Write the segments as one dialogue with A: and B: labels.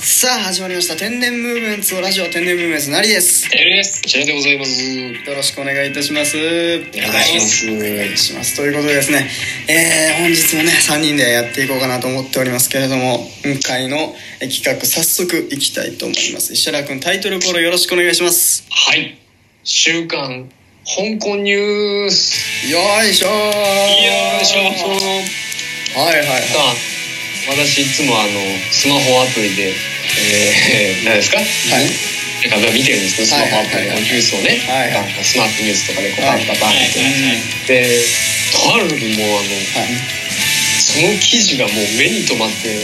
A: さあ始まりました天然ムーブメンツのラジオ天然ムーブメンツのりです
B: エルです。チェルでございます。
A: よろしくお願いいたしますお
B: お願いします
A: お願いしますということでですねえー、本日もね3人でやっていこうかなと思っておりますけれども今回のえ企画早速いきたいと思います石原君タイトルコールよろしくお願いします
B: はい。週刊、香港ニュース。
A: よいしょー
B: よいしょ
A: はいはいはい
B: さあ、私いつもあの、スマホアプリで、えー、何 ですか
A: はい
B: なんか見てるんですけど、スマホアプリ
A: はいはい
B: の
A: はい
B: ニュースをね、
A: はいはい
B: なんかスマップニュースとかでこう
A: は
B: パ
A: い
B: ンパンパンって。で、とある時もうあの、
A: はい
B: その記事がもう目に留まって
A: はい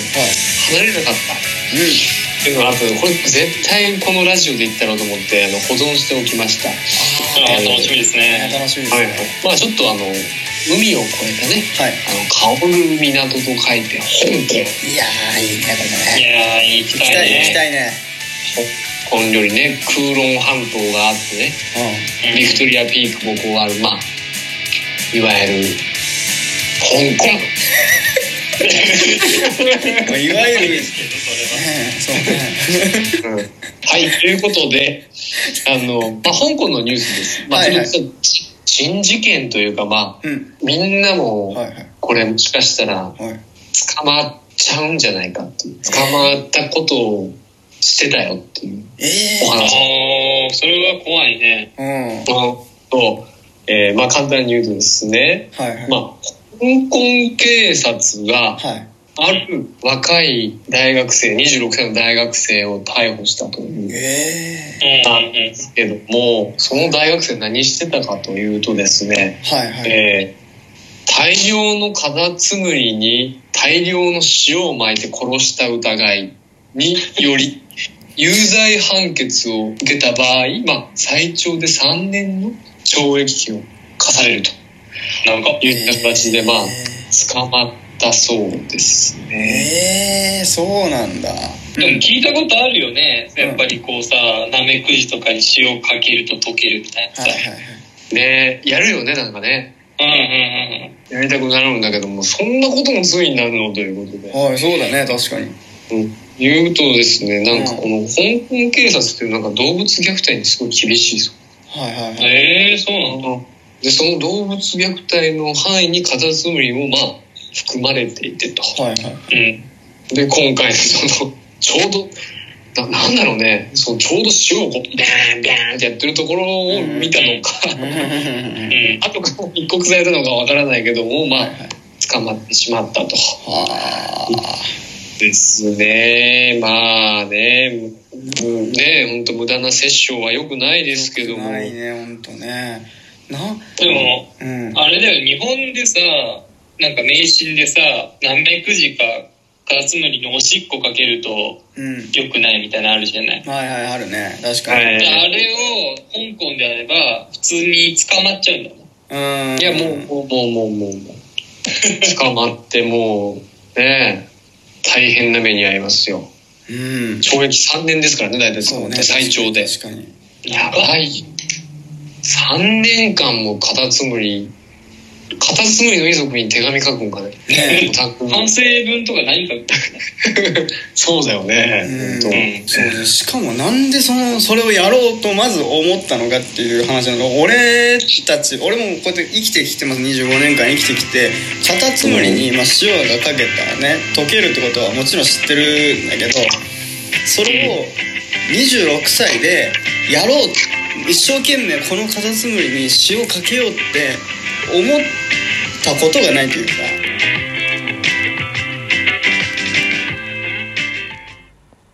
B: 離れなかった。
A: うん
B: っていうのがあったのでこれ絶対このラジオで言ったろうと思ってあの保存しておきました
C: ああ楽しみですね。
A: 楽しみです
B: はい
A: ね
B: はい、まあちょっとあの海を越えたね
A: はい
B: あの香る港と書いて香港
A: いやーいいねこれ
C: い
A: ね
C: やー行き
A: 行き
C: た
A: たい
C: い
A: ね行き
C: ね。
A: たいね
B: 香港よりね空論半島があってねビクトリアピークもこうあるまあいわゆる香港
A: うんまあいわゆるね
C: そ
A: そうね
B: はいということであの、まあ、香港のニュースです、まあ、
A: はいはい
B: それこそち珍事件というかまあ
A: うん
B: みんなも
A: はいはい
B: これもしかしたら
A: はい
B: 捕まっちゃうんじゃないかっていう捕まったことをしてたよっていう
A: え
B: お
C: れは。
B: 話
C: おーそれは怖いね。
A: えうん
B: と、えーまあ簡単に言うとですね、
A: はいはい
B: まあ、香港警察が
A: はい
B: ある若い大学生26歳の大学生を逮捕したという
A: ええ
C: うん
B: なん
C: うん
B: ですけどもその大学生何してたかというとですね、
A: はいはい
B: えー大量のカタツムリに大量の塩をまいて殺した疑いに より有罪判決を受けた場合、まあ、最長で3年の懲役刑を課されると
C: なんか。
B: いう形で、まあ、
A: え
B: 捕まったそうです
A: ー
B: ね。
A: えーそうなんだ
C: でも聞いたことあるよね。やっぱりこうさ、ナメクジとかに塩かけると溶けるみたいなさ。
A: はいはいはい
B: ねやるよね、なんかね。
C: うんうん
B: やりたくなるんだけども、そんなことも罪になるのということで。
A: はいそうだね確かに
B: うん言うとですね、なんかこの香港警察っていうなんか動物虐待にすごい厳しいそう
A: はいはい
C: うん。
A: はい
C: ええそうなの
B: でその動物虐待の範囲にカタツムリもまあ含まれていてと
A: はいはい
C: うん。
B: で今回のそのちょうどななんだろうねそうちょうど塩をこうビャンビャンってやってるところを見たの
A: うん
B: か、
C: うん。え
B: 後から一刻されたのかわからないけどもま
A: は
B: あ
A: いはい
B: 捕まってしまったと
A: は
B: ですねまあねうんね本当無駄な殺生は良くない
A: あ
B: ですけども
A: 良くないね本当ねな
C: で
A: うん
C: も、あれだよ、日本でさ、なんか迷信でさ、ナメクジかカタツムリのおしっこかけると
A: うん
C: 良くないみたいなのあるじゃない。
A: はいはいあるね確か
B: は
A: に
B: い
C: であれを香港であれば普通に捕まっちゃうんだもん
A: うん
B: いや、もう、もう、もう、もう、もう、捕まって、もう、ねえ、大変な目に遭いますよ。
A: うん
B: 懲役3年ですからね、大体、
A: そうね
B: 最長で。
A: 確かに
B: やばい。3年間もカタツムリ、カタツムリの遺族に手紙書くんかね。
A: ね
B: お宅
C: 反省文とか何か
B: そうだよ
A: う
B: ね
A: ん。
B: 本
A: そうねしかもなんでそのそれをやろうとまず思ったのかっていう話なのが俺たち俺もこうやって生きてきてます25年間生きてきてカタツムリに、まあ、塩がかけたらね溶けるってことはもちろん知ってるんだけどそれを26歳でやろう一生懸命このカタツムリに塩かけようって思ったことがないというか